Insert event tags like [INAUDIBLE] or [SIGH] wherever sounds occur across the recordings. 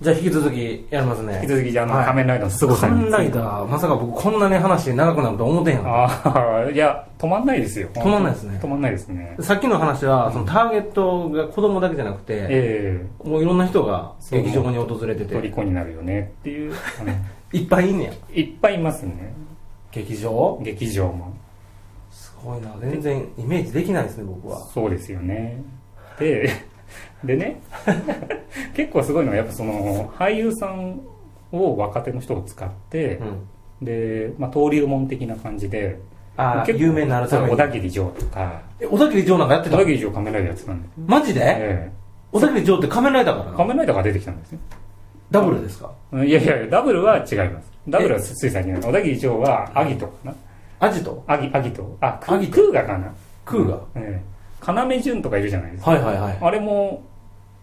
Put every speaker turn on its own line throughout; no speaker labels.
じゃあ引き続きやりますね
引き続きじゃあ、あ
は
の
い
仮面ライダーの凄さ
仮
につい
面
て。
ライダーまさか僕こんなね話長くなると思ってへんかっ
ああ、いや、止まんないですよ。
止まんないですね
止まんないですね
た。さっきの話はそのターゲットが子供だけじゃなくて
え
もういろんな人が
そう
劇場に訪れて
え
て
虜になるよねっていう、あの [LAUGHS]
いっぱいいんねや
いっぱいいますね。
劇場
劇場も。
すごいな全然イメージできないですね僕は
そうですよね。で、でね、 [LAUGHS] 結構すごいのは、やっぱその、俳優さんを若手の人を使って
う、ん
で、まあ、登竜門的な感じで、
ああ
結構
有名になるために
小田切城とか、
え小田切城なんかやって
小
た
田切城仮面ライダーやってたんで、
マジで
え
小田切城って仮面ライダーか
え
ら
仮
な
面ライダーが出てきたんですね。
ダブルですか
いやいや、ダブルは違います。ダブルはつい最近なんです小田切城はアギトかな
アジト
アギ、アギト。あ、ク
アギト
クーガかな
クーガ
ええ。要潤とかいるじゃないですか。
はいはいはい
あれも、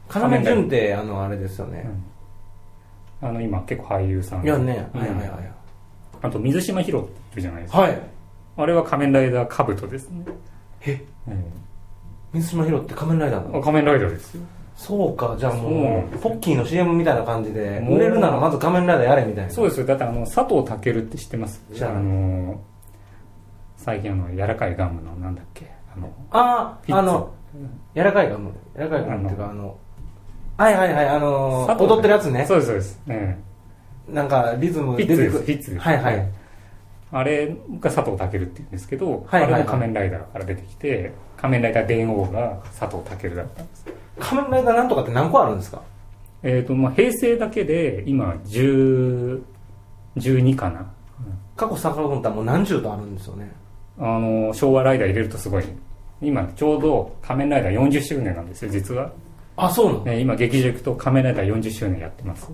仮
要
面ライダー
潤ってあのあれですよね
あの、今結構俳優さん。
いやね
うん
はいはいはい
あと、水島ヒロっているじゃないですか。
はい
あれは仮面ライダーカブトですね。え
水島ヒロって仮面ライダーな
え
の
あ仮面ライダーですよ。
そうかじゃあ
そう
も
なん
うポッキーの CM みたいな感じで
もう
売れるならまず仮面ライダーやれみたいな
そうですよ。だってあの、佐藤健って知ってます
知ら
あ
ない
の、最近あの、柔らかいガムのなんだっけ。あの、
あ
ピッ
あ
ツ
あの柔らかいガム柔らかいガムっていうかあのはいはいはいあの
佐藤
踊ってるやつね
そうです、そうです。え
なんかリズ
え
ム
ピ
出
ッ
て
ツで
く
す、
る
ピッツです。
はいはい
ええ。あれが佐藤健って言うんですけど、
はいはいはい
あれも仮面ライダーから出てきて、仮面ライダー電王が佐藤健だったんです。
仮面ライダーなんとかって何個あるんですか
えっ、と、まあ、平成だけで、今、10、12かな。
過去遡ったらもう何十とあるんですよね
あの、昭和ライダー入れるとすごい。今、ちょうど仮面ライダー40周年なんですよ、実は。
あそうなの
ね、今、劇場行くと仮面ライダー40周年やっ
[LAUGHS]
てます。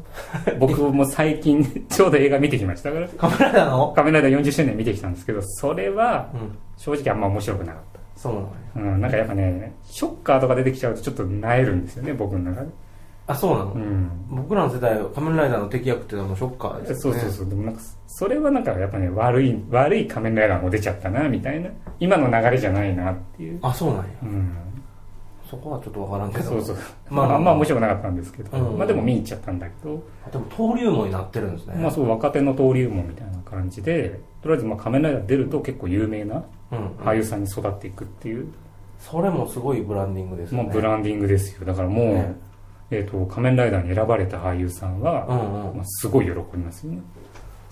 僕も最近、ちょうど映画見てきましたから、
仮面ライダーの
仮面ライダー40周年見てきたんですけど、それは、
うん
正直あんま面白くなかった。
そうなの
うん、なんかやっぱね、ショッカーとか出てきちゃうとちょっと萎えるんですよね、僕の中で。
あそうなの
うん。
僕らの世代は仮面ライダーの敵役っていうのはもうショッカーです
そ
よ
う
ね
そうそう。でもなんか、それはなんかやっぱね、悪い、悪い仮面ライダーも出ちゃったな、みたいな。今の流れじゃないな、っていう。
あそうなんや
うん。
そこはちょっとわからんけど
そうそう。ま
まあ
あ、あんま面白くなかったんですけど。
うん
まあでも見に行っちゃったんだけど。
でも登竜門になってるんですね、
まあそう、若手の登竜門みたいな感じで、とりあえずまあ仮面ライダー出ると結構有名な
うん、
俳優さんに育っていくっていう、
それもすごいブランディングですよ
も
ね
うブランディングですよ。だからもう、
ね
えっ、と、仮面ライダーに選ばれた俳優さんは、
うんうん
まあ、すごい喜びますよね。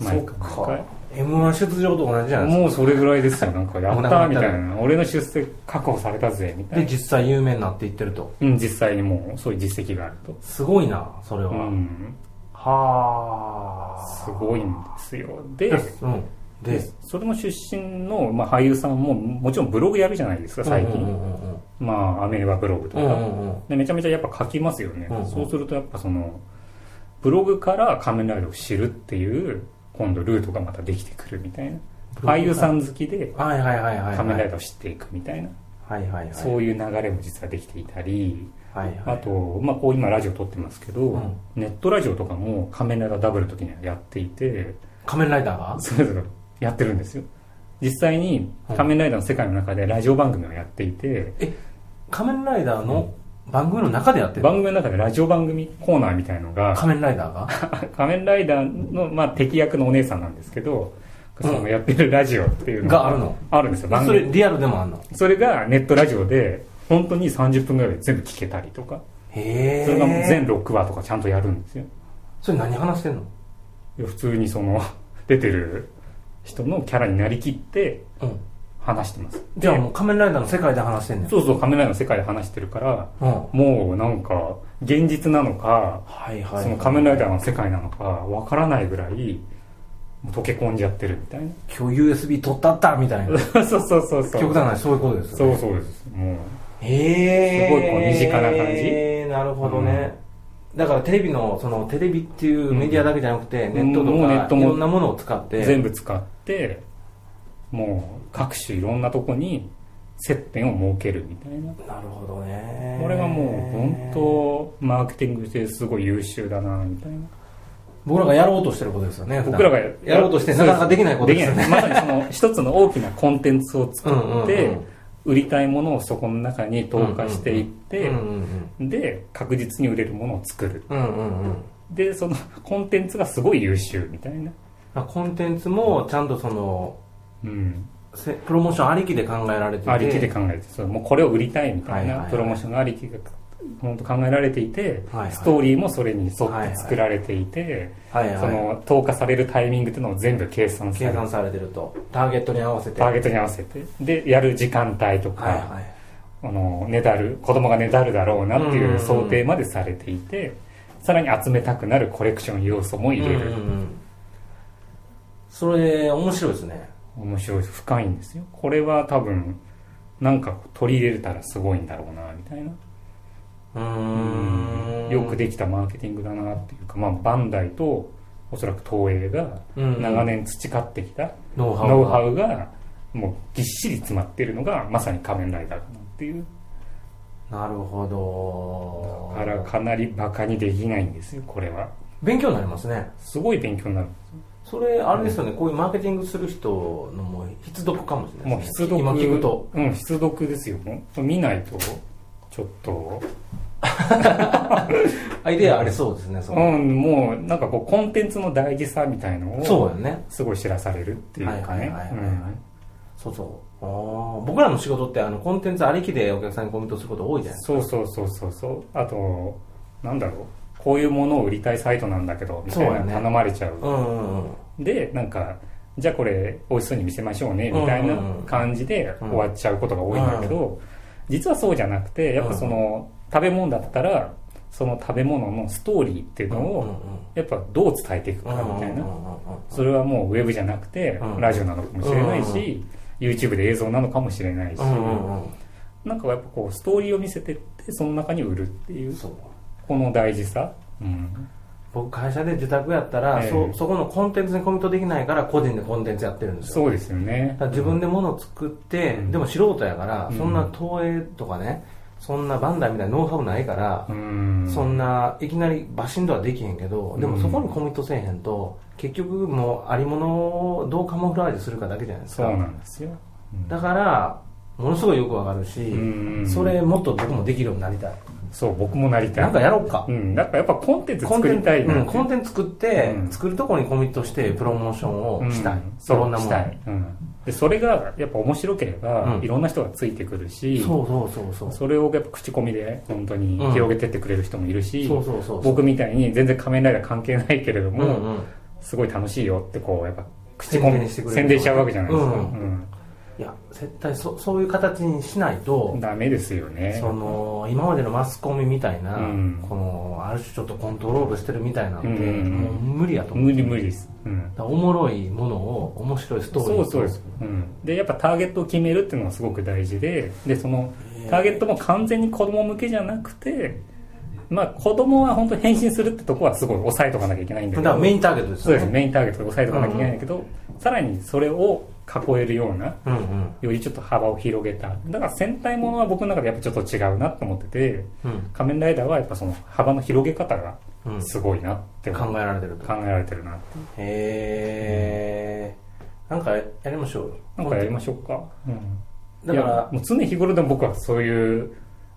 そっ
毎
か m 1出場と同じじゃ
回
ないです
もうそれぐらいですよ。なんか、やったーみた
もうない
な。俺の出世確保されたぜ、み
か
た
で
いな。
実際有名になっていってると
うん、実際にもう、そういう実績があると。
すごいなそれは、
うん。
はあ
すごいんですよ。で、
でうんで
でそれの出身の、まあ、俳優さんも、もちろんブログやるじゃないですか、最近。
うんうんうん
まあ、アメーバブログと
う
か、
んうんうんうん
で。めちゃめちゃやっぱ書きますよね。
うんうん
そうすると、やっぱその、ブログから仮面ライダーを知るっていう、今度ルートがまたできてくるみたいな。
ブログから
俳優さん好きで、
はいはいはいはい
仮面ライ
ダ
ダーを知っていくみたいな、
ーはいはいはい
そういう流れも実はできていたり、
はい
あ
はい
と、まあ、こう今ラジオ撮ってますけど、
ん
ネットラジオとかも仮面ライダーダブルの時にはやっていて、
仮面ライダーが
それぞれやってるんですよ。実際に仮面ライダーの世界の中でラジオ番組をやっていて、
仮面ライダーの番組の中でやってる
番組の中でラジオ番組コーナーみたいのが、
仮面ライダーが
仮面ライダーの、まあ、敵役のお姉さんなんですけど、そのやってるラジオっていうの
があるの
あるんですよ、番
それ
組。
リアルでもあんの
それがネットラジオで、本当に30分ぐらいで全部聞けたりとか。
へえ
それがもう全6話とかちゃんとやるんですよ。
それ何話してんの
いや普通にその、 [LAUGHS] 出てる人のキャラになりきって
うん
話してます。
じゃあ
で
もう仮面ライダーの世界で話してんねん
そうそう、仮面ライダーの世界で話してるから、
うん
もうなんか、現実なのか、
はいはい
その仮面ライ
ダー
ダーの世界なのか、わからないぐらい、もう溶け込んじゃってるみたい
今日 USB 取ったったみたいな
な。 [LAUGHS] そうそうそうそう。
極端なそういうことですよ
そ
ね
うそうです。もう、
へえ
すごいこう身近な感じ
なるほどねだからテレビのそのテレビっていうメディアだけじゃなくて
ん
ネット
もうネッ
と
ト
かい
も
ろんなものを使って
全部使って、もう各種いろんなとこに接点を設けるみたいな。
なるほどね
これはもう本当マーケティングしてすごい優秀だなみたいな
僕らがやろうとしてることですよね普段
僕らが
やろうとしてなかなかできないことですよね
できないまさにその一つの大きなコンテンツを作っ
うんうん
て
うん
売りたいものをそこの中に投下していって
うんうんうん
で確実に売れるものを作る
うんうんうん
でそのコンテンツがすごい優秀みたいな
まあコンテンツもちゃんとその
うん
せプロモーションありきで考えられてて
ありきで考えてそれもうこれを売りたいみた
はい
い
はい
な
はい
プロモーションがありきが本当考えられていて、
はいはい
ストーリーもそれに沿って作られていて、
はい
そ
は
の投下されるタイミングっていうのを全部計算
い、
さ
計
れて
算されてるとターゲットに合わせて
ターゲットに合わせてでやる時間帯とか、
はいはい
あのねだる子供がねだるだろうなっていううん想定までされていて、さらに集めたくなるコレクション要素も入れ
う
る、
んうんうんそれ面白いですね
面白い深いんですよこれは多分なんか取り入れたらすごいんだろうなみたいな
うーん
よくできたマーケティングだなっていうか、まあ、バンダイとおそらく東映が
うん
長年培ってきた
ノウハウ
ノウハウがもうぎっしり詰まってるのがまさに仮面ライダーかなっていう
なるほど
だからかなりバカにできないんですよこれは
勉強になりますね
すごい勉強になる
それあれですよね、こういうマーケティングする人のもう必読かもしれないう
も
です
必
ね
読
今聞くと
うん必読ですよ見ないとちょっと
アイデアありそうですね、そうの
んもうなんかこうコンテンツの大事さみたいの
そう
を
よね
すごい知らされるっていうか
はい
ね
はいはいはい
うん
そうそうあー僕らの仕事ってあのコンテンツありきでお客さんにコメントすること多いじゃないです
そうそうそうそうそうあとなんだろうこういうものを売りたいサイトなんだけどみたい
そうだ
な
ね
頼まれちゃう
かうんうんうん
でなんかじゃあこれ美味しそうに見せましょうね
うん
みたいな感じで
うん
終わっちゃうことが多いんだけど、実はそうじゃなくてやっぱその食べ物だったらその食べ物のストーリーっていうの
うん
をやっぱどう伝えていくかみたい
うん
な
うんうんうん
それはもうウェブじゃなくて
うん
ラジオなのかもしれない
うんう
し YouTube で映像なのかもしれないし
うんうんうん
なんかやっぱこうストーリーを見せてってその中に売るっていう
そう
この大事さ、うん、
僕会社で受託やったら、
ええ
そそこのコンテンツにコミットできないから個人でコンテンツやってるんですよ
そうですよね
だから自分で物を作って、
うん
でも素人やから、
うん
そんな東映とかねそんなバンダイみたいなノウハウないから、
うん
そんないきなりバシンとはできへんけどでも
うん
そこにコミットせえへんと結局もうありものをどうカモフラージュするかだけじゃないです
そう
か
なんですよ、うん
だからものすごいよくわかるし、
うん
それもっと僕もできるようになりたい、
そう、僕もなりたい。
なんかやろうか、
うん、なんかやっぱコンテンツ
コン
作
テン
りたいな。
うん、コンテンツ作って、
うん
作るとこにコミットしてプロモーションをしたい、
うん
いろ
そ
んな
う、
も
し
の
たい。うん。で、それがやっぱ面白ければ
う、ん
いろんな人がついてくるし、
そうそうそうそう
それをやっぱ口コミで本当に広げてってくれる人もいるし、
そうそうそうそう
僕みたいに全然仮面ライダー関係ないけれど
う
も、
んうん
すごい楽しいよってこう、やっぱ口コミ
宣伝してくれる
宣伝しちゃうわけじゃないですか。
うんいや絶対そそういう形にしない
うん
と、
ダメですよね。
その今までのマスコミみたいな、
うん
このある種ちょっとコントロールしてるみたいなのって、
うん
もう無理やと思う
無理無理です。うん。
だからおもろいものを面白いストーリーと
そうそうです、うん、でやっぱターゲットを決めるっていうのがすごく大事ででその
へえ
ターゲットも完全に子供向けじゃなくてまあ子供は本当に変身するってとこはすごい抑えとかなきゃいけないんだ
だ
け
か
ど
らメインターゲットです
そう
よ
で
ね
すメインターゲットで抑えとかなきゃいけないんだけど、さらにそれを囲えるような
うんうん
よりちょっと幅を広げただから戦隊ものは僕の中でやっぱちょっと違うなと思ってて
うん
仮面ライダーはやっぱその幅の広げ方が
うん
すごいなって思う
考えられてると
考えられてるなって
へえんかやりましょうよ
なんかやりましょうか、うん
だ
だ
か
からもう常日頃でも僕はそういう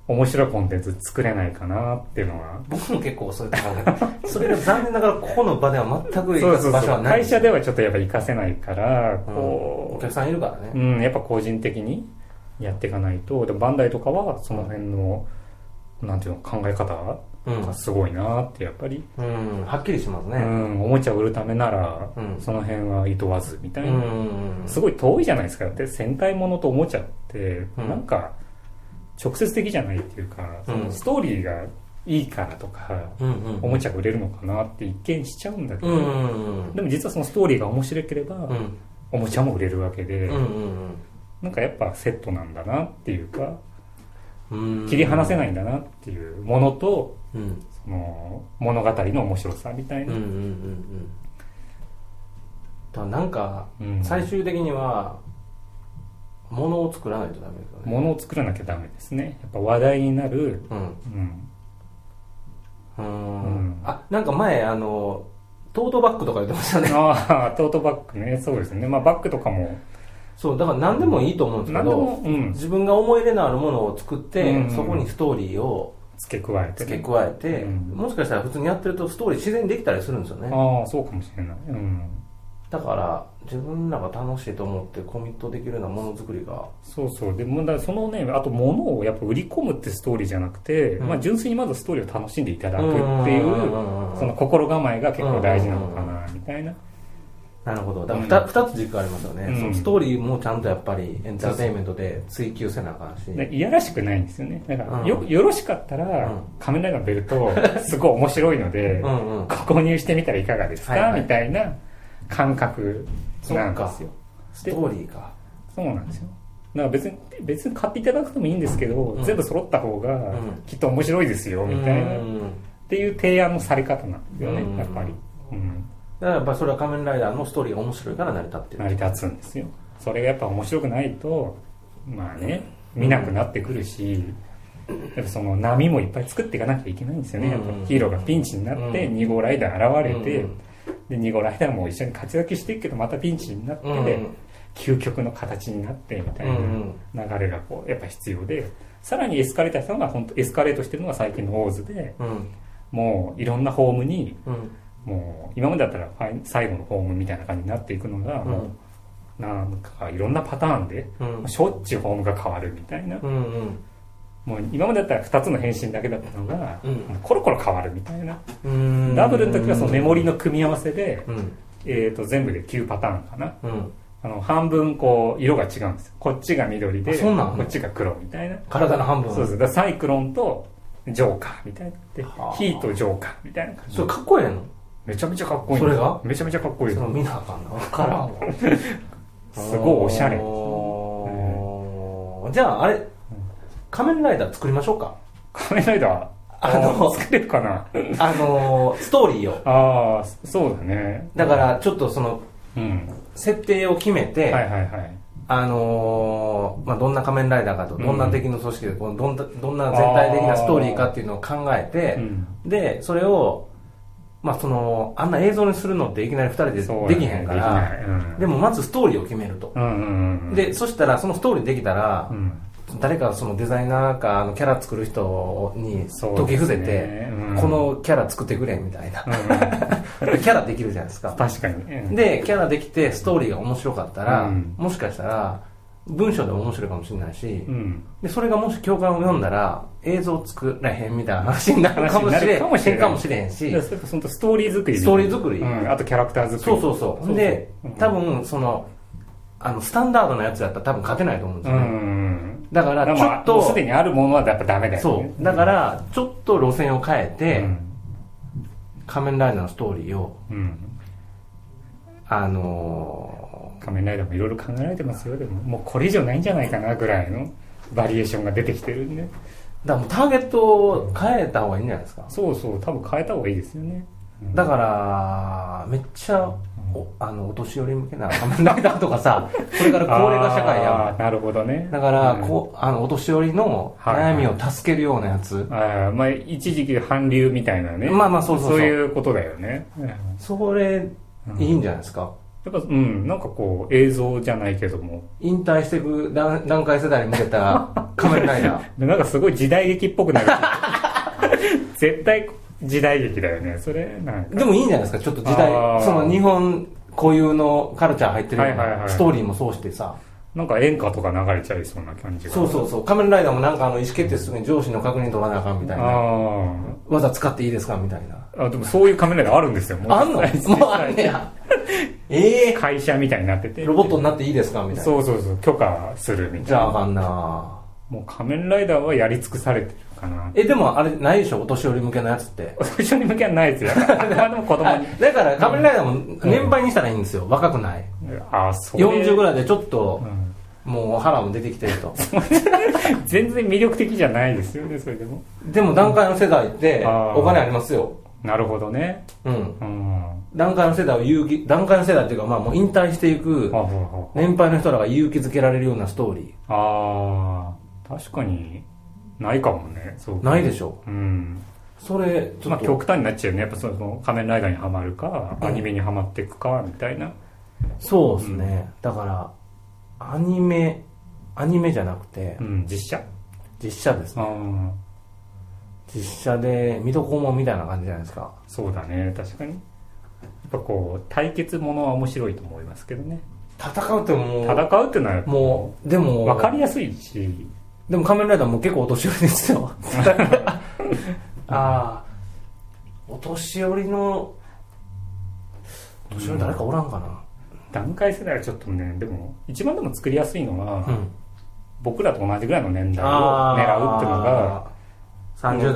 面白いコンテンツ作れないかなっていうのは。
僕も結構そういう [LAUGHS] 考えそれが残念ながらここの場では全く行く場所はない
会社ではちょっとやっぱ活かせないから、
うんお
こ
客さんいるからね
う、うん、やっぱ個人的にやっていかないと、でもバンダイとかはその辺の、なんていうの、考え方
うん
がすごいなって、やっぱり、
うん、はっきりします
う
ね。
ん、おもちゃ売るためなら
うん、
その辺はいとわずみ
う
たいな。
ん。
すごい遠いじゃないですか。だって戦隊ものとおもちゃって、
うん
なんか、直接的じゃないっていうか、そのストーリーがいいからとか、
うんうん。
おもちゃが売れるのかなって一見しちゃうんだけ
う
ど、
んうんうん。
でも実はそのストーリーが面白ければ、
うん
おもちゃも売れるわけで、
うんうん
なんかやっぱセットなんだなっていうか
うんうん。
切り離
な
せないんだなっていうものと
い。うん
その物語の面白さみたい
うんうんう
な、
んうん。だからなんか、
うん
最終的には、ものを作らないとダメですよね。
ものを作らなきゃダメですねやっぱ話題になる、
うん。
うん、
う
う
ん。
ん
あ、なんか前、あの、トートバッグとか言ってましたね。 [LAUGHS]
ああトートバッグねそうですねまあバッグとかも
そう、だから何でもいいと思うんですけ
何で
ど、
も、うん、
自分が思い入れのあるものを作って、
うんうん
そこにストーリーを
付け加えて、
付け加えて、
うん
もしかしたら普通にやってるとストーリー自然にできたりするんですよね
ああそうかもしれない、うん、
だから自分らが楽しいと思ってコミットできるようなものづくりが
そうそうでもだからそのねあと物をやっぱ売り込むってストーリーじゃなくて、
うん
まあ、純粋にまずストーリーを楽しんでいただくってい
ん
う
うんうん
その心構えが結構大事なのかなみたいな
なるほどだから
うん
2,、二つ軸ありますよね、
うん
そのストーリーもちゃんとやっぱりエンターテインメントで追求せなあかんし
でいやらしくないんですよねだから
うん
よよろしかったら
うん
「仮面ライダーのベルト」すごい面白いので
うんうん
ご購入してみたらいかがですか、
はいはい
みたいな感覚なんですよ
ストーリーか
そうなんですよだから別に別に買っていただくてもいいんですけど、
うん
全部揃った方が
ん
きっと面白いですよ、みたいな
う
っ
ん
ていう提案のされ方なんですよね、
うん
やっぱり、うん、
だからやっぱりそれは仮面ライダーのストーリーが面白いから成り立ってる
成り立つんですよそれがやっぱ面白くないとまあね見なくなってくるし、やっぱその波もいっぱい作っていかなきゃいけないんですよね、やっぱ
うん
ヒーローがピンチになって
うん
2号ライダー現れて、
うん
で2号ライダーも一緒に活躍していくけどまたピンチになって、
うん
究極の形になってみたいな
うん
流れがこうやっぱ必要でさらにエスカレートしたのが本当エスカレートしてるのが最近のオーズで
うん
もういろんなホームに
うん
もう今までだったらファイ最後のホームみたいな感じになっていくのが、もうなんかいろんなパターンで
うん
しょっちゅうホームが変わるみたいな
うんうん
もう今までだったら2つの変身だけだったのが、
うん
もうコロコロ変わるみたいな
うん
ダブルの時はそのメモリの組み合わせで、
うん
えー、と全部で9パターンかな
うん
あの半分こう色が違うんですよこっちが緑で
あそうなの
こっちが黒みたいな
体の半分
そうそう。だからサイクロンとジョーカーみたいな。で、
はあ
ヒーとジョーカーみたいな感じ
それ。かっこええの
めちゃめちゃかっこいいん
そ
です
れが
めちゃめちゃかっこいい
そ
で
の見なあかんな分からんわ
す。すごいおしゃれ。
おーじゃああれ仮面ライダー作りましょうか
仮面ライダー、
あの
作れるかな
あのーストーリーを
ああ、そうだね。
だか、らちょっとその
うん。
設定を決めて、
はいはいはい。
あのーまあ、どんな仮面ライダーかと、
うん
どんな敵の組織で、このどんなどんな全体的なストーリーかっていうのを考え
う
て、
ん。
で、それを、まあ、その、あんな映像にするのっていきなり二人で
そうだね
できへんから、
できないうん
でもまずストーリーを決めると。
うんうんうん。
で、そしたら、そのストーリーできたら
う、ん、
誰かそのデザイナーか、あの、キャラ作る人に
そう
解き伏せ
ですね
て、
うん
このキャラ作ってくれ、みたいな [LAUGHS]
う。んうん
キャラできるじゃないですか。
確かに。うん、
で、キャラできて、ストーリーが面白かったら、
うん
もしかしたら、文章でも面白いかもしれないし
う、ん。
で、それがもし教官を読んだら、映像作らへんみたいな話になるかもし
話にな
れ
るかもしれ
へ
なんい
かもしれへんし
で、それこそ本当ストーリー作り。
ストーリー作り
うん。あとキャラクター作り。
そうそうそう。で
うん、
多分、その、あの、スタンダードなやつだったら多分勝てないと思うんで
う
す
ん
よ
う
ね。
ん
だか
うん。
ら、ちょっ
もうす
と
で、にあるものはやっぱダメだよね。
そう。だから、ちょっと路線を変え
う
て、
ん、
仮面ライダーのストーリーを、
うん、
あの
仮面ライダーもいろいろ考えられてますよでももうこれ以上ないんじゃないかなぐらいのバリエーションが出てきてるんで
ー、だからもうターゲットを変えた方がいいんじゃないですか。
そうそう多分変えた方がいいですよね、うん
だから、めっちゃ、おあの、お年寄り向けな仮面ライダーとか
[LAUGHS]
さ、これから高齢化社会やん。
あーなるほどね
だから、
うん
こうあのお年寄りの
はい
悩みを助けるようなやつ、
あーまあ一時期韓流みたいなね
まあまあそうそうそう
いうことだよね、うんや
それ
うん
いいんじゃないですか、
っぱうんなんかこう映像じゃないけども
引退していく段段階世代に向け
[LAUGHS]
た仮面ライダー
なんかすごい時代劇っぽくな
[LAUGHS]
る絶対時代劇だよねそれなんか
でもいいんじゃないですかちょっと時代
あー
その日本固有のカルチャー入ってるよう
はいはいは
ないストーリーもそうしてさ
なんか演歌とか流れちゃいそうな感じが
そうそうそう仮面ライダーもなんかあの意思決定するのに上司の確認取らなあかんみたいな
ああ
技使っていいですかみたいな
あでもそういうカメラがあるんですよ。もう
あんのもうあんねやええ
会社みたいになってて。
ロボットになっていいですかみたいな
そうそうそう、許可するみたい
じゃあ
な。
あかんな
もう仮面ライダーはやり尽くされてるかな。
えでもあれないでしょお年寄り向けのやつって
一緒に向けはない
[LAUGHS]
ですよ。まあでも子供に。
だから仮面ライダーも年配にしたらいいんですよ、若くない
ああ、そう。
40ぐ
らい。
らいでちょっと、もう腹も出てきてると
全然魅力的じゃないですよね、それでも。
でも段階の世代って
あー
お金ありますよ
なるほどね。
うん
うん。あ
段階の世代を勇気段階の世代っていうかまあもう引退していく
ほうほう
年配の人らが勇気づけられるようなストーリ
ああ、確かに、ないかもね。そう
ー。ないでしょ
うん。
それちょ
ま
っ
あ
と、
極端になっちゃうよね。やっぱその仮面ライダーにはまるか、アニメにはまっていくか、みたいな。
そうですね、だからアニメアニメじゃなくて
うん、実写
実写ですね
ああ。
実写で水戸黄門みたいな感じじゃないですか
そうだね確かにやっぱこう対決ものは面白いと思いますけどね
戦うっても
戦
う
うってのは
もうでも
分かりやすいし
でも仮面ライダーも結構お年寄りです [LAUGHS] よああお年寄りのお年寄り誰かおらんか
段階世代はちょっとねでも一番でも作りやすいのは、
な、うん、
僕らと同じぐらいの年代を
あ
狙
ー
うっていうのが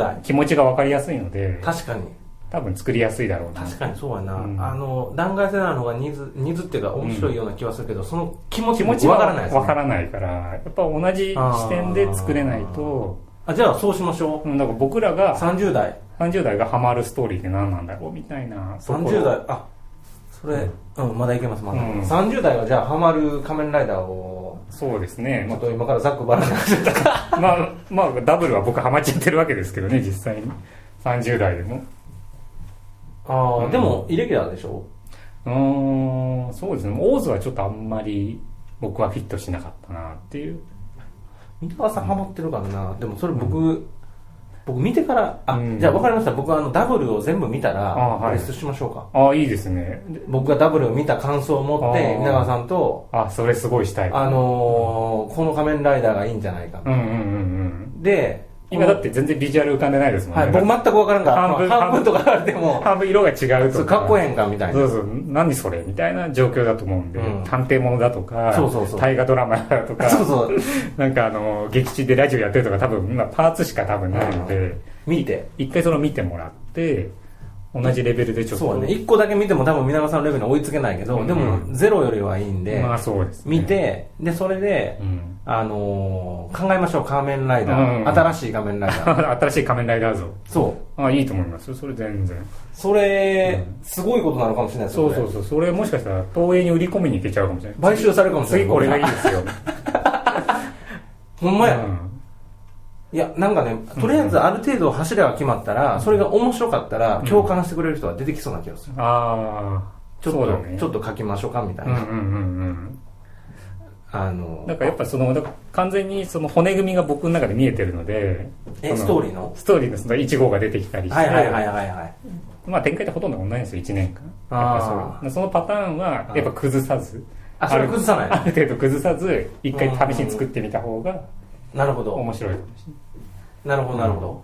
30代、
気持ちが分かりやすいので
確かに
多分作りやすいだろうな
確かにそうやな、
うん
あの弾劾世代の方がニーズニーズっていうか面白いような気はするけど、その気持ち
気
も
持ち
わ
は
からないです、ね、
分からないからやっぱ同じ視点で作れないと
あじゃあそうしましょ
うんなんか僕ら
う
が
30代
30代がハマるストーリーって何なんだろうみたいなところ
30代あそれうん、まだいけますまだ、
うん
30代はじゃあハマる仮面ライダーを
そうです
ち
ね
ょっと今からざっくばらんな
まあ、まあ、ダブルは僕ハマっちゃってるわけですけどね、実際に。30代でも。
[LAUGHS] あ
う
あ
ん
でもイレギュラーでしょ
うーん、そうですね。オーズはちょっとあんまり僕はフィットしなかったなっていう。
三河さんハマってるからなでもそれ僕、僕見てからあ、
うん
じゃあ分かりました僕はあのダブルを全部見たら
あはい
リストしましょうか
ああ、いいですね。で
僕がダブルを見た感想を持って
あー
皆川さんと
あ、それすごいしたい。
あのーこの仮面ライダーがいいんじゃないか
うんうんうんうん。
で
今だって全然ビジュアル浮かんでないですもんね。
はい、僕全く分からんから
半分
まあ半分とか言われても
半分色が違う
そ
と
う
か。
かっこ
いい。
ええんかみたいな
そうそう、何それみたいな状況だと思うんで、
うん
探偵ものだとか、
そうそうそう
大河ドラマだと
[LAUGHS]
か、
そうそう
なんかあの、劇中でラジオやってるとか多分今パーツしか多分ないので、
見て
一回その見てもらって同じレベルでちょっと
そうね1個だけ見ても多分皆川さんのレベルに追いつけないけど、
うん
でもゼロよりはいいんで、
まあそうです、ね、
見、てでそれで
う、ん、 [LAUGHS]
あのー考えましょう仮面ライダー、
うん
新しい仮面ライ
[LAUGHS]
ダー
新しい仮面ライダー像
そう
あいいと思いますよそれ全然
それ、
う
すごいことなのかもしれないです
そ
よ
う
ね
そうそうそれもしかしたら東映に売り込みに行けちゃうかもしれない
買収されるかもしれ
次
ない
これがいいですよ
ほんまや、
うん
いやなんかねとりあえずある程度柱が決まったら、それが面白かったら
うん
共感してくれる人は出てきそうな気がする、
ああ
ちょっ
そうだ
と、
ね
ちょっと書きましょうかみたい
うん
な、
うんうん
あ
う
の
んなんかやっぱそのだから完全にその骨組みが僕の中で見えてるので
え
そ
ス
の
トーリーの
ストーリーのその1号が出てきたりして、
はいはいはいはいはい
まあ展開ってほとんど同じですよ1年間
あー
やっぱそうそのパターンはやっぱ崩さず
あそれ崩さ
あ
な
る程度崩さず一回試しに作ってみた方が
いなるほど
面白いかもし
なるほどなるほど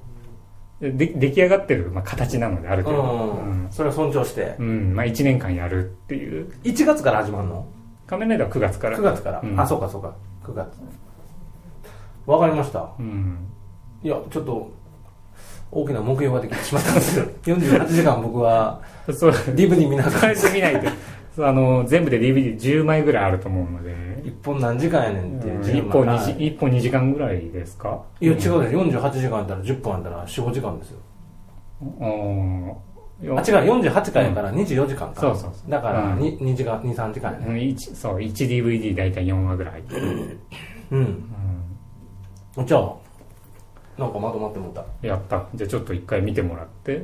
れないで出来上がってる、まあ、形なのである
う
程度
ん、それを尊重して
うん、うんまあ、1年間やるっていう
1月から始まるの
仮面ライダーは9月から
9月から、
うん
あそうかそうか9月わかりました
うん
いやちょっと大きな目標ができてしまったんですけ
[LAUGHS]
ど48時間僕は
そう
DVD 見ながら
変えて
[LAUGHS]
みないとそうあの全部で DVD10 枚ぐらいあると思うので
1本何時間やねんっていう自由
1
な
本 2, 一本2時間ぐらいですか
いや違うでしょ48時間やったら10本やったら45時間ですよ
うんい
あ違
や
う48回やから24時間か、
そうそうそ
だから
うん
2, 2時間23時間やね
うん一そう 1DVD 大体4話ぐらい入ってる、
うん
うん
じゃあなんかまとまってもった
やったじゃあちょっと一回見てもらって、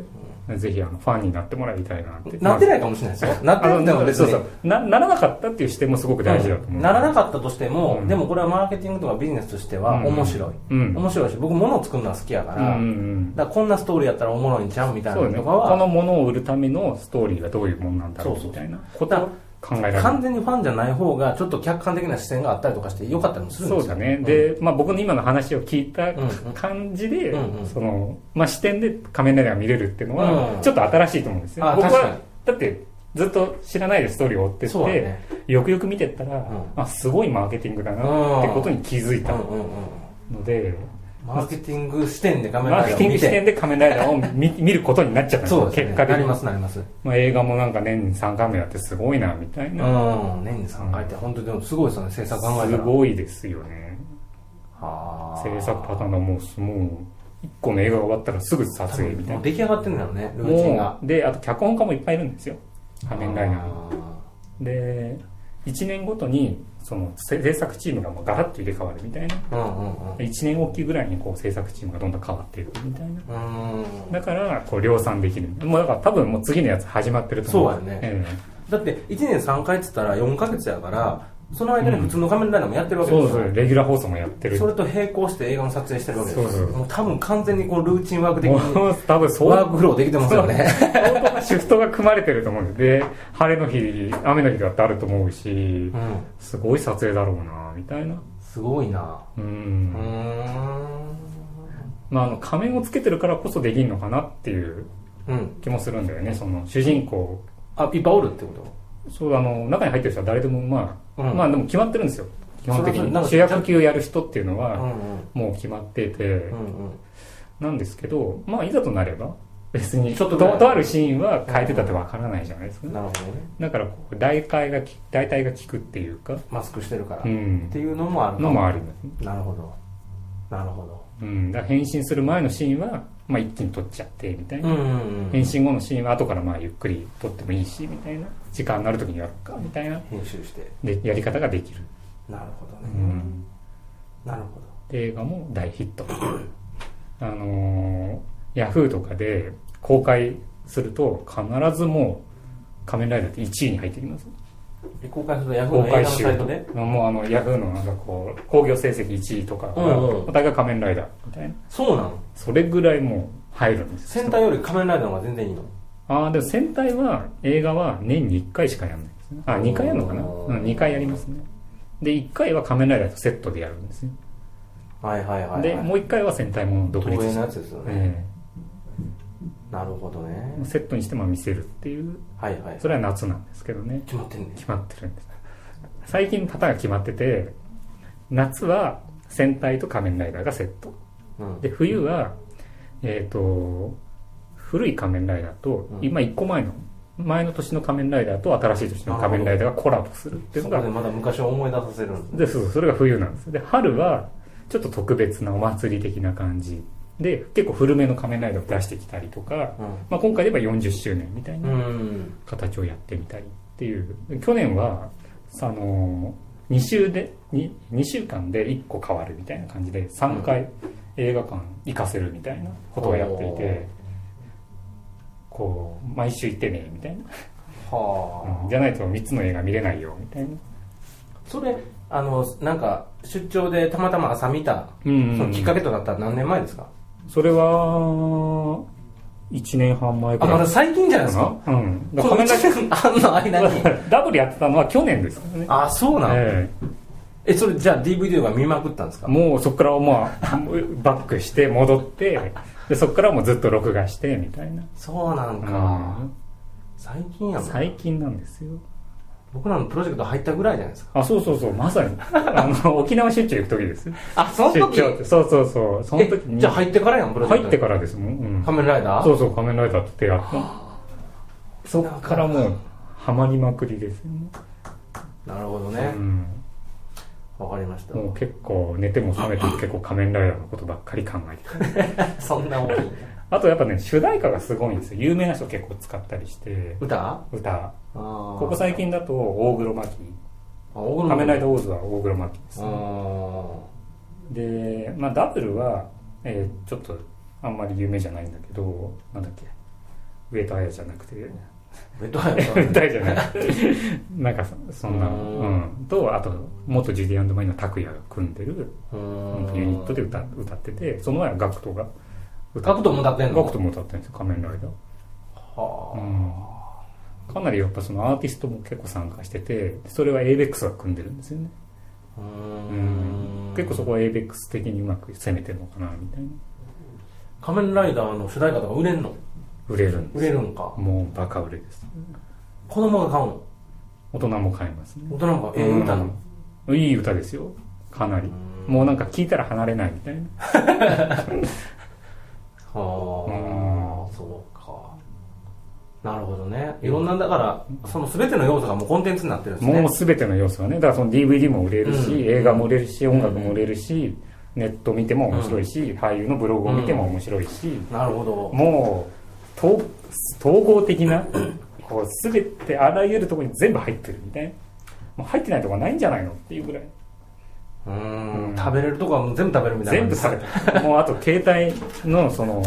ぜひあのファンになってもらいたいなって
なってないかもしれないですよなってな
あの
くても別
そう
に
そうなならなかったっていう視点もすごく大事だと思う、
ならなかったとしても、
うん
でもこれはマーケティングとかビジネスとしては
うん
面白い、
うん
面白いし僕物を作るのは好きやか
うん
ら、
うんうん
だからこんなストーリーやったらおもろいんちゃうみたい
そう
な
だ
の
ね
とか
こ
は、
のものを売るためのストーリーがどういうものなんだ
そ
ろ
う
う
そう
みたいなことを考えられる
完全にファンじゃない方がちょっと客観的な視線があったりとかしてよかったりもするんで
そ
す
う
よ
だね、で、まあ、僕の今の話を聞いた
うんうん
感じで、
うんうん
そのまあ、視点で仮面ライダーが見れるっていうのは、
うん
ちょっと新しいと思うんですよ
あ
僕
確か
は
に
だってずっと知らないでストーリーを追ってって
そうだね
よくよく見てったら、
ん
あすごいマーケティングだな
うん
ってことに気づいた
うんうんうん
ので、
マーケティング視点で仮面
マ
ライ
ーケ
ダ
テ
ーを
ィング
見
視点
て
で仮面ライダーを見見ることになっちゃったんです
そう
よ、
です、ね、
結果的
な
に
り。ますなりますう
まあ、映画もなんか年に3回もやってすごいな、みたい
ん
な。
年に3回って本当にでもすごいですよね制作考えたら
すごいですよね。
はあ
制作パターンがもう、もう、1個の映画が終わったらすぐ撮影みたい
も
な
う。出来上がってるんだろうねルーチンが
もう、で、あと脚本家もいっぱいいるんですよ。仮面ライダーの。で、1年ごとに、その、制制作チームがもうガラッと入れ替わるみたいな。
あーうんうんうん
1年おきぐらいにこう制作チームがどんどん変わっていくみたいな。
うーん
だから、こう、量産できる。もうだから多分もう次のやつ始まってると思う。
そうだよね
ええ
だって1年3回って言ったら4ヶ月やからその間に普通の仮面ライダーもやってるわけ
そ
で
う
すよ、
そうレギュラー放送もやってる
それと並行して映画の撮影してるわけです
そうそう
もう多分完全にこうルーチンワーク的
[LAUGHS] も
に
う多分相
ワー
当
クフローできてますよね
相当なシフトが組まれてると思うんでで晴れの日雨の日だってあると思うし
うん
すごい撮影だろうなみたいな
すごいな
う
うー
ん、
ん
まあ、あの仮面をつけてるからこそできるのかなっていう
うん
気もするんだよねその主人公
あいっぱいおるってこ
そうあの中に入ってる人は誰でもまあ、
うん
まあでも決まってるんですよ基本的
それはそれなん
に
か
主役級やる人っていうの
とう
は
んうん
もう決まってて
うん
なんですけどまあいざとなれば別に
ちょっとぐらい
ととあるシーンは変えてたってわからないじゃないですか、
うんなるほどね
だからこう大体がき大体が効くっていうか
マスクしてるから、
う
っ
ん
ていうのもあるか
のもあるんだ
なるほどなるほど
うん、だから変身する前のシーンは、まあ、一気に撮っちゃってみたいな、
うんうんうん
変身後のシーンは後からまあゆっくり撮ってもいいしみたいな時間になる時にやるかみたいな
編集して
でやり方ができる、
なるほど
う
ね、
ん、
なるほど
で映画も大ヒットあのー、ヤフーとかで公開すると必ずもう仮面ライダーって1位に入ってきます
で公開するとヤフー
公
の映画
開
の
し
サ
よ
イ
うと
トで
もうあのヤフーのなんかこう興行成績1位とかが
うんうん
お互い仮面ライダーみたいな
そうなの
それぐらいもう入るんですよ
戦隊より仮面ライダーの方が全然いいの
ああでも戦隊は映画は年に1回しかやんないですねあ2回やるのかな
お
う
ー
ん2回やりますねで1回は仮面ライダーとセットでやるんですよ
はいはいはい、はい、
でもう1回は戦隊もの独
東
立
映
して
のやつですよね、
え
なるほどね
えセットにしてまあ見せるっていう
はいはい
それは夏なんですけどね
決まってんね
決まってるんです最近パターンが決まってて夏は戦隊と仮面ライダーがセット
うん
で冬は、えっ、と古い仮面ライダーと、
うん
今1個前の前の年の仮面ライダーと新しい年の仮面ライダーがコラボするっていう
そ
の
こ
が
でまだ昔を思い出させるんです
でそうそうそれが冬なんですで春はちょっと特別なお祭り的な感じで結構古めの仮面ライダーを出してきたりとか、まあ、今回で言えば40周年みたい
うん、
な
うん、
形をやってみたりっていう去年はあの2週で 2, 2週間で1個変わるみたいな感じで3回映画館行かせるみたいなことをやっていてこう毎週行ってねみたいな、
はあ、
うんじゃないと3つの映画見れないよみたいな、
それあのなんか出張でたまたま朝見た
うん
そのきっかけとなったら何年前ですか、
それは1年半前く
あ
ら
ま
い
だ最近じゃないですか
かなうんだ
こ
から
の
仮面ライ
1年半の間に
ダー [LAUGHS] ダブルやってたのは去年ですからね
[LAUGHS] あそうなの、
ええ
えそれじゃあ DVD が見まくったんですか
もうそこからまあもう [LAUGHS] バックして戻ってでそこからもうずっと録画してみたいな、
そうなんか、最近や
うん
もん
最近なんですよ
僕らのプロジェクト入ったぐらいじゃないですか
あそうそうそうまさ
[LAUGHS]
にあの沖縄出張行く時です
あそ
出張ってそうそうそうその時に
じゃあ入ってからやんプロジェク
入
ト
って
ら
からですもん、うん、
仮面ライダー
そうそう仮面ライダーってやったそっからもうハマりまくりですよね、
なるほど
う
ね
ん、
わ、かりました
もう結構寝ても覚めても結構仮面ライダーのことばっかり考えてる
[LAUGHS] そんな多い
あとやっぱね主題歌がすごいんですよ有名な人結構使ったりして
歌あ
歌こ
こ
こ最近だと大黒摩季
大黒
仮面ライダ
ー
ーオーズは大黒摩季です、で、まあ、ダブルは、えーちょっとあんまり有名じゃないんだけどなんだっけ上戸彩じゃなくて
ベッドハイ
[LAUGHS] 上戸彩じゃないなんかそそんな
う
うん
ん、
とあと元 GD&MINE の拓也が組んでるユニットで歌歌っててその前は GACKT が歌
ガクトも歌ってんの
GACKT も歌ってるんですよ仮面ライダー
は
うん、かなりやっぱそのアーティストも結構参加しててそれは ABEX が組んでるんですよね、
あう
う
ー
ん
ん、
結構そこは ABEX 的にうまく攻めてるのかなみたいな
仮面ライダーの主題歌とか売れんの
売れるん
売
です
れ
よ
るんか
もうバカ売れです
子供が買うの
大人も買えますね
大人がええ歌なの
うんいい歌ですよかなりもうなんか聴いたら離れないみたいな
はあそうかなるほどねいろんなだからその全ての要素がもうコンテンツになってるんですね
もう全ての要素がねだからその DVD も売れるし、
うん
映画も売れるし音楽も売れるし、ネット見ても面白いし、俳優のブログを見ても面白いし、
なるほど
もう統統合的なこう全てあらゆるところに全部入ってるみたいなもう入ってないとこないんじゃないのっていうぐらいううん
ん食べれるとこはもう全部食べるみたいな
全部されたもうあと携帯のその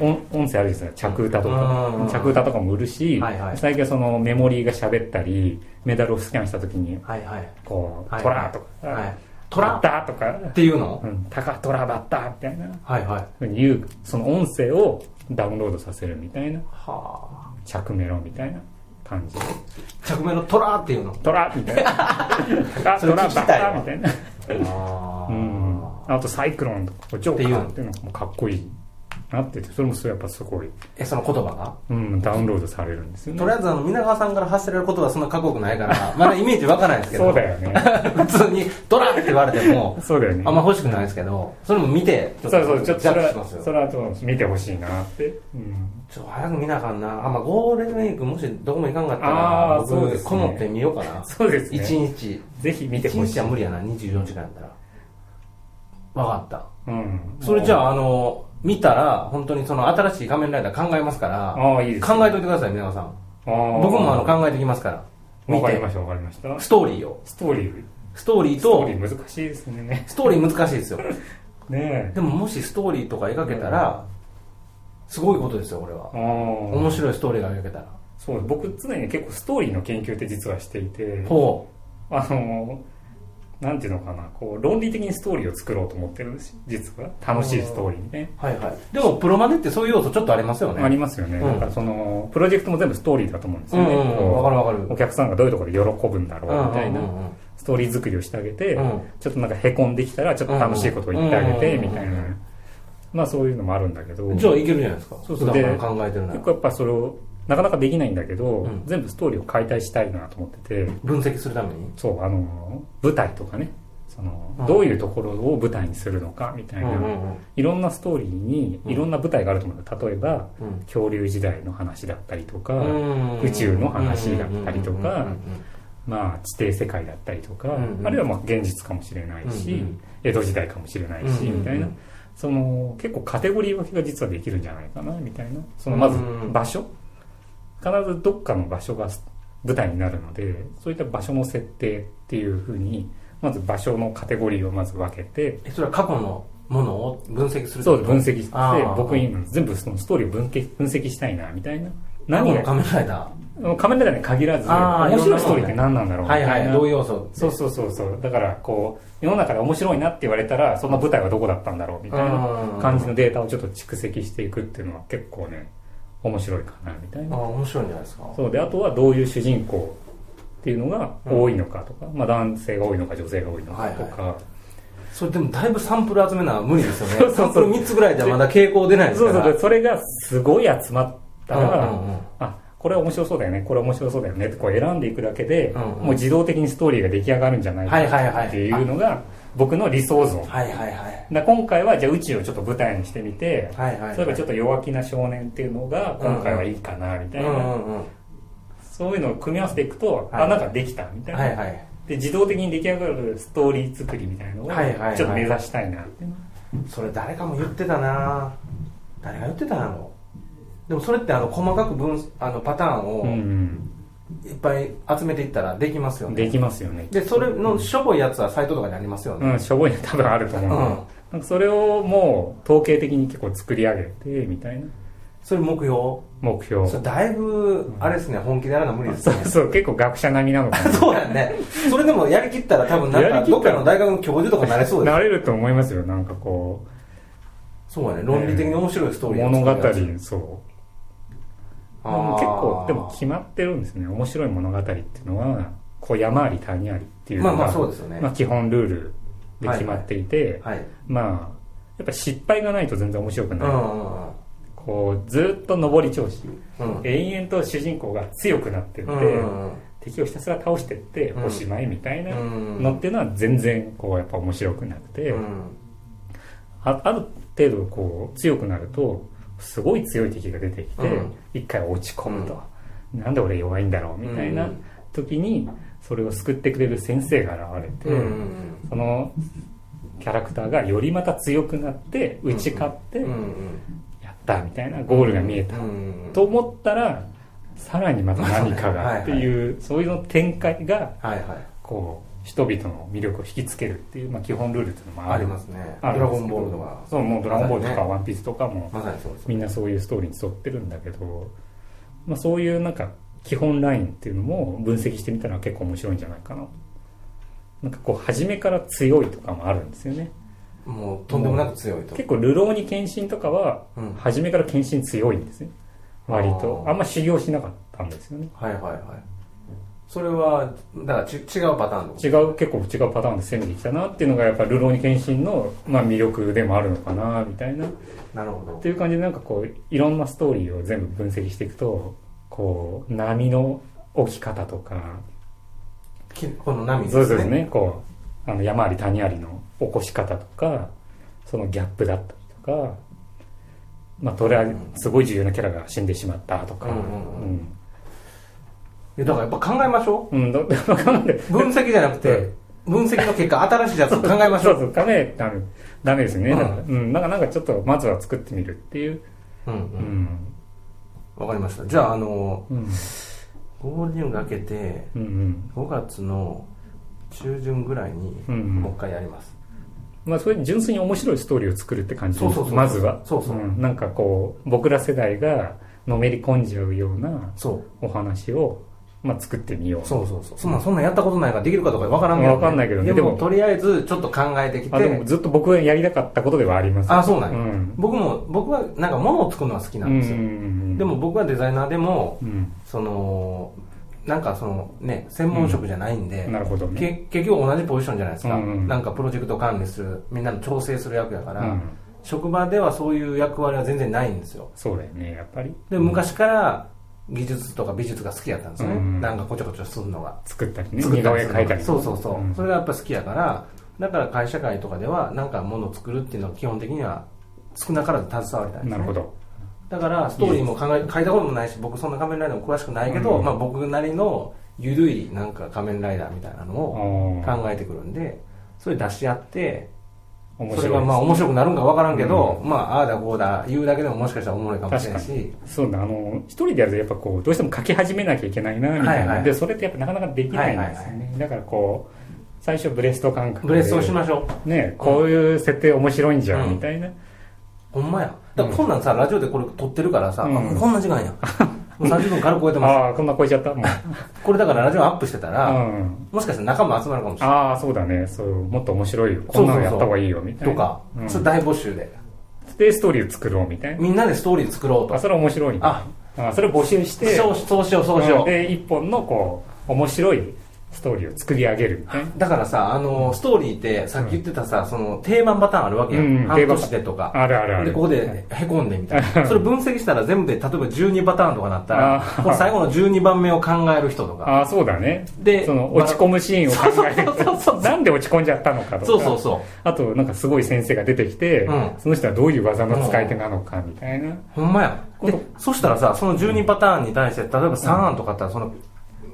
音音声あるじゃないですか着歌と
う
か
ん
着歌とかも売るし、
はいはい
最近はそのメモリーが喋ったりメダルをスキャンした時に
はいはい。
こう、
はい
トラとか、
はい。
ト
ト
ラ
ラ
ッタとか、
っていうの
うん、タカトラバッタみたいな
はいはい。
ふうに言うその音声をダウンロードさせるみたいな
は
着メロみたいな感じ
あ。着目のトラっていうの。
トラみ
[LAUGHS]
たいなタカ
そ
ト
れ
ラ
聞
バ
き
ッ
たいわ
タみたいな
あ
うん
あ。
あとサイクロンとかジョーカーっていうのがもうかっこいいなっててそれもそれやっぱすごい、
え、その言葉が
うん、ダウンロードされるんですよね
とりあえず、あの、皆川さんから発せられる言葉はそんな過酷ない
[LAUGHS]
から、まだイメージわからないですけど。
そうだよね [LAUGHS]
普通に、トラって言われても、
そうだよね
あんま欲しくないですけど、それも見て、
そうそうちょっと
ジ
そ
ャッ
れ
ジしま
は
すよ
そ。れはちょっと見てほしいなって、うん、
ちょっと早く見なあかんな。あ、まあ、ゴールデンウィークもしどこも行かんかった
あ
ら、
ー
僕、
そうですね
こもってみようかな。
そうです
一
ね
日。
ぜひ見て
一
ほし
日
い
は、無理やな、24時間やったら。わかった。
うん、
それじ
あ
ゃあ、あの、見たら、本当にその新しい仮面ライダー考えますから、
ああいいですね
考えといてください、皆さん。
あー
僕もあの考えてきますから。見
わかり
て、
ましたわかりました
ストーリーを。
ストーリー
ストーリー
スト
と
ーリ、ー難しいですね [LAUGHS]
ストーリー難しいですよ。
ねえ
でももしストーリーとか描けたら、すごいことですよ、俺は
あ。あ
面白いストーリーが描けたら。
そう僕常に結構ストーリーの研究って実はしていて
ほ
あのなんていうのかなこう論理的にストーリーを作ろうと思ってるんです実は楽しいストーリーみたいな
う。はいはい。でも、プロマネってそういう要素ちょっとありますよね。
ありますよね、
うん
だからそのプロジェクトも全部ストーリーだと思うんです
う
よ
ん
ね、
うんう
こ
ん。
う
わかるわかる。
お客さんがどういうところで喜ぶんだろうみたいな、
うんうん
ストーリー作りをしてあげて、
うんうん
ちょっとなんかへこんできたらちょっと楽しいことを言ってあげて
うん
みたいな、まあそういうのもあるんだけど
うんじゃあ、いけるじゃないですか。
そうそう
普段
で
から考えてるな
結
ら。
構やっぱそれをなかなかできないんだけど、
うん
全部ストーリーを解体したいなと思ってて
分析するために。
そうあの舞台とかねその、
うん
どういうところを舞台にするのかみたいな、
うんうんうん
いろんなストーリーにいろんな舞台があると思うんだ例えば
うん
恐竜時代の話だったりとか、
宇
宇宙の話だったりとかまあ地底世界だったりとか、
うんうん
あるいはまあ現実かもしれないし、
うんうん
江戸時代かもしれないし、
うんうんうん
みたいなその結構カテゴリー分けが実はできるんじゃないかなみたいなそのまず
うん
場所、必ずどっかの場所が舞台になるのでそういった場所の設定っていうふうにまず場所のカテゴリーをまず分けて
えそれは過去のものを分析する
そう分
析
析して
あー
僕今全部そのストーリーを分析分析したいなみたいな
何が
何が
仮面ライダ
仮面ライダーに限らず
あー
面白いストーリーって何なんだろ
ー
うみた
はいい
な、
はいどういう要素
そうそうそうそうだからこう世の中で面白いなって言われたらその舞台はどこだったんだろうみたいな感じ
の
のデータをちょっと蓄積していくっていうのは結構ね面白いかなみたい
ああ
な
面白いんじゃないですか
そうであとはどういう主人公っていうのが多いのかとか、まあ、男性が多いのか女性が多いのかとか、
それでもだいぶサンプル集めな無理ですよね
そうそうそう
サンプル3つぐらいじゃまだ傾向出ないです
そ
か
う
ら
そうそうそれがすごい集まったら、
うんうんうん
あこれ面白そうだよねこれ面白そうだよねってこう選んでいくだけで、
うんうん
もう自動的にストーリーが出来上がるんじゃないか
はいはいはい
っていうのが僕の理想像
はいはいはい
だから今回はじゃあ宇宙をちょっと舞台にしてみて、
はいはい
例えばちょっと弱気な少年っていうのが今回はいいかなみたいな、
うんうんうんは
そういうのを組み合わせていくと、
はい
あなんかできたみた
い
いな、
はい
で自動的に出来上がるストーリー作りみたいなのを
はいはいはい
ちょっと目指したいなっていうの
それ誰かも言ってたな誰が言ってたんやろでもそれってあの細かく分あのパターン
う
を
ん
いっぱい集めていったらできますよね
できますよね
でそれのしょぼいやつはサイトとかにありますよ
う
ね、
んしょぼいの多分あると思う、
うん
なんかそれをもう統計的に結構作り上げてみたいな
それ目標
目標
そ
そ
れだいぶあれですね本気でやるのは無理です
う
ね
そう結構学者並みなのかな
そうやねそれでもやりきったら多分なん
やり
か
き
ど
っ
ったからの大学の教授とかなれそうです
なれると思いますよなんかこ
そうやね論理的に面白いス
う
トーリーを
物語
作るやつ
そうで
あー
も結構でも決まってるんですね面白い物語っていうのはこう山あり谷ありっていう
まあ
の
まあ
が
そうですよね、
まあ基本ルールで決まっていて、
はい
まあやっぱ失敗がないと全然面白く
うん
ない、こうずっと上り調子
うんうんうん
延々と主人公が強くなってって、
うん
敵をひたすら倒してって
うん
おしまいみたいな
うん
のっていうのは全然こうやっぱ面白くなくて、
うん
あある程度こう強くなるとすごい強い敵が出てきて
うん
一、回落ち込むと、なんで俺弱いんだろうみたいな時にそれを救ってくれる先生が現れて、
うんうん
そのキャラクターがよりまた強くなって打ち勝って
うんうん
やったみたいなゴールが見えた、
うん
と思ったらさらにまた何かがっていうそういうの展開が
はいはい
こ人々の魅力を引きつけるっていう、まあ、基本ルールっていうのも
あ
あ
り
る
ますね。ド
ある
ラ
んですけど
ゴンボールとか。
そうもう「ドラゴンボール」とか「
ね
ワンピース」とかも
まさにそうです。
みんなそういうストーリーに沿ってるんだけど、まあ、そういうなんか基本ラインっていうのも分析してみたら結構面白いんじゃないかななんかこう初めから強いとかもあるんですよね
もうとんでもなく強いと。
結構流浪に謙信とかは
うん。
初めから謙信強いんですね割と
あー
あんま修行しなかったんですよね
はいはいはい。それは、だからち違うパターンのこと
違う結構違うパターンで攻めてきたなっていうのがやっぱ流浪に謙信のまあ魅力でもあるのかなみたいな
なるほど
って。いう感じでなんかこういろんなストーリーを全部分析していくとこう波の起き方とか
きこの波
そうです。ねこうあの山あり谷ありの起こし方とかそのギャップだったりとかまあとりあえずすごい重要なキャラが死んでしまったとか
うんうんう
うん
いやだからやっぱ考えましょ。
うんだ [LAUGHS] って分かんないう
分析じゃなくて、分析の結果、新しいやつを考えまし
そ
ょ
[LAUGHS] う
う。
そうダメダメダメですね
うん
だからうんなんかなんかちょっとまずは作ってみるっていう
うんう。
うんん
わかりました。じゃあ、あの、
うん
ゴールデンウィークが明けて、
うんうん
5月の中旬ぐらいに、
うんうん
もう一回やります。
まあ、それ純粋に面白いストーリーを作るって感じで
そうそうそう
まずは
そうそうん
なんかこう僕ら世代がのめり込んじゃうような
そう。
お話を、まあ、作ってみよう
そうそうそう。そんなん、そんなんやったことないからできるかどうかわからん
わかんないけどね
でも
でも
とりあえず、ちょっと考えてき
あでも
て、
ずっと僕がやりたかったことではあります
あ、そうなん
う
や。
ん
僕も、僕は、なんか物を作るのは好きなんですよ。
よ
でも僕はデザイナーでも、
うん
その、なんかそのね、専門職じゃないんで、
なるほどね
け結局同じポジションじゃないですか、
うんうん
なんかプロジェクト管理するみんなの調整する役やから、
うん
職場ではそういう役割は全然ないんですよ
そうだよねやっぱり
で昔から技術とか美術が好きやったんですよね、
うん
なんかこちょこちょするのが
作ったりね
作っ
似
た
顔
り
絵
するの
描いたり
そうそうそう、
ん
それがやっぱ好きやからだから会社会とかではなんかものを作るっていうのは基本的には少なからず携わりたいですね
なるほど
だからストーリーも考え書いたこともないし僕そんな仮面ライダーも詳しくないけど、
うん
まあ、僕なりのゆるいなんか仮面ライダーみたいなの
あ
を
ー
考えてくるんでそれ出し合って
面
それ
白
が
い
まあ面白くなるんか分からんけど、まあああだこうだ言うだけでももしかしたらおもろいかもしれないし
そうだあの一人でやるとやっぱこうどうしても書き始めなきゃいけないなみたいな、
はいはい
でそれってやっぱなかなかできないんですよね、だからこう最初ブレスト感覚で
ブレスをしましょう
ねこういう設定面白いんじゃん、
うん
みたいな
ほんまやだからこんなんさ、ラジオでこれ撮ってるからさ、
うん
あこんな時間やもう30分軽く超えてま
ああこんな超えちゃったもう、
すこれだからラジオアップしてたら、
うん、
もしかしたら仲間集まるかもしれな
ああそうだねそうもっと面白いよ
そ
こ
うそうそうん
なのやった方がいいよみた
い
いな
とか、
うん
それ大募集で
でストーリーを作ろうみたいな
みんなでストーリー作ろうと
あそれ面白いね
あ
あそれを募集して
そうそうしようそうしよう、
んで一本のこう面白いストーリーを作り上げるみたいな
だからさ、あのストーリーって、さっき言ってたさ、その定番パターンあるわけや、
うん
ん、半
定番
年でとか、
あるあるある
でここでへこんでみたいな、それ分析したら全部で、例えば12パターンとかなったら
あ、ー
これ最後の12番目を考える人とか、
ああそうだね
で
その落ち込むシーンを考える
そうそうそうそう
なんで落ち込んじゃったのかとか
そうそうそ
あとなんかすごい先生が出てきて、
うん
その人はどういう技の使い手なのかみたいな、
う、ほんまや、
こ
でそしたらさ、その12パターンに対して、例えば3案とかあったら、その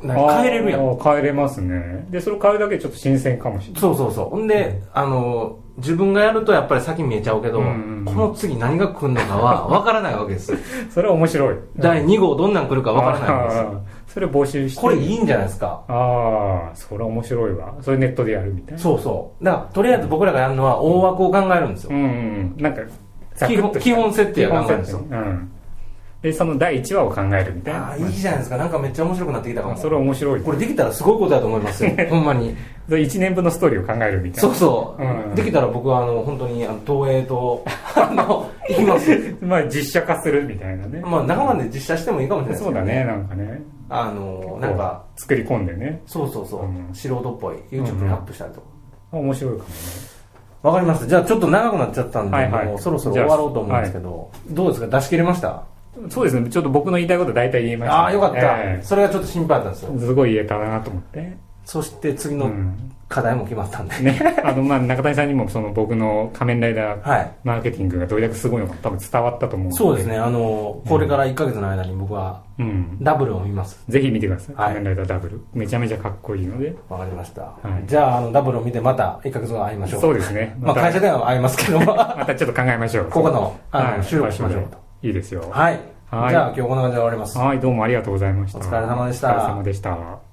なんか変えれるやん、
ん変えれますねでそれを変えるだけでちょっと新鮮かもしれない
そうそうそう、ほんで、あの自分がやるとやっぱり先見えちゃうけど、
う
こ
ん
の次、何が来るのかは分からないわけ
[LAUGHS]
ですよ、
それは面白い
第2号、どんなん来るか分からないわけですよ。
あーそれ募集して
これいいんじゃないですか
ああそれは面白いわそれネットでやるみたいな
そうそうだからとりあえず僕らがやるのは大枠を考えるんですよ
う、んうんなんかざく
基
っ
本
と
基本設定を考えるんですよ
基本設定うんでその第1話を考えるみたい
あ
な
あいいじゃないですかなんかめっちゃ面白くなってきたか
あ
も
それは面白い
これできたらすごいことだと思います
[LAUGHS]
よほんまに
で1年分のストーリーを考えるみたい
そ
な
うそう、
うん
できたら僕はあの本当にあの東映とあの行きます
[LAUGHS]
よ
まあ実写化するみたいなね、
まあ仲間で実写してもいいかもしれないです
そう
けど
だねなんかね
あのなんか
こう作り込んでね
そうそうそう、
うん
素人っぽい YouTube にアップしたりとか
あ面白いかもね
わ、かりましたじゃあちょっと長くなっちゃったんで、
はいはい
もうそろそろ終わろうと思うんですけど、どうですか出し切れました
そうですねちょっと僕の言いたいこと大体言いました
ああーよかった、
え
それがちょっと心配だったんですよ
えすごい言えたなと思って、
そして次
う
の
ん
課題も決まったんで。
ね、あのまあ中谷さんにもその僕の仮面ライダー
はい。
マーケティングがどれだけすごいのか多分伝わったと思うの
そうですね、あの、これから1ヶ月の間に僕は
うん
ダブルを見ます。
ぜひ見てください、
はい
仮面ライダーダブルめちゃめちゃかっこいいので
わかりました。
はい
じゃあ、あの、ダブルを見てまた1ヶ月後会いましょう。
そうですね
ま
ま
あ、
た、
会社では会います [LAUGHS] けども、
またちょっと考えましょう
ここの、あ
はい
の、収録しましょうと。
いいですよ
はい。
はい
じゃあ、今日こんな感じで終わります。
はいどうもありがとうございました
お疲れ様でした
お疲れ様でした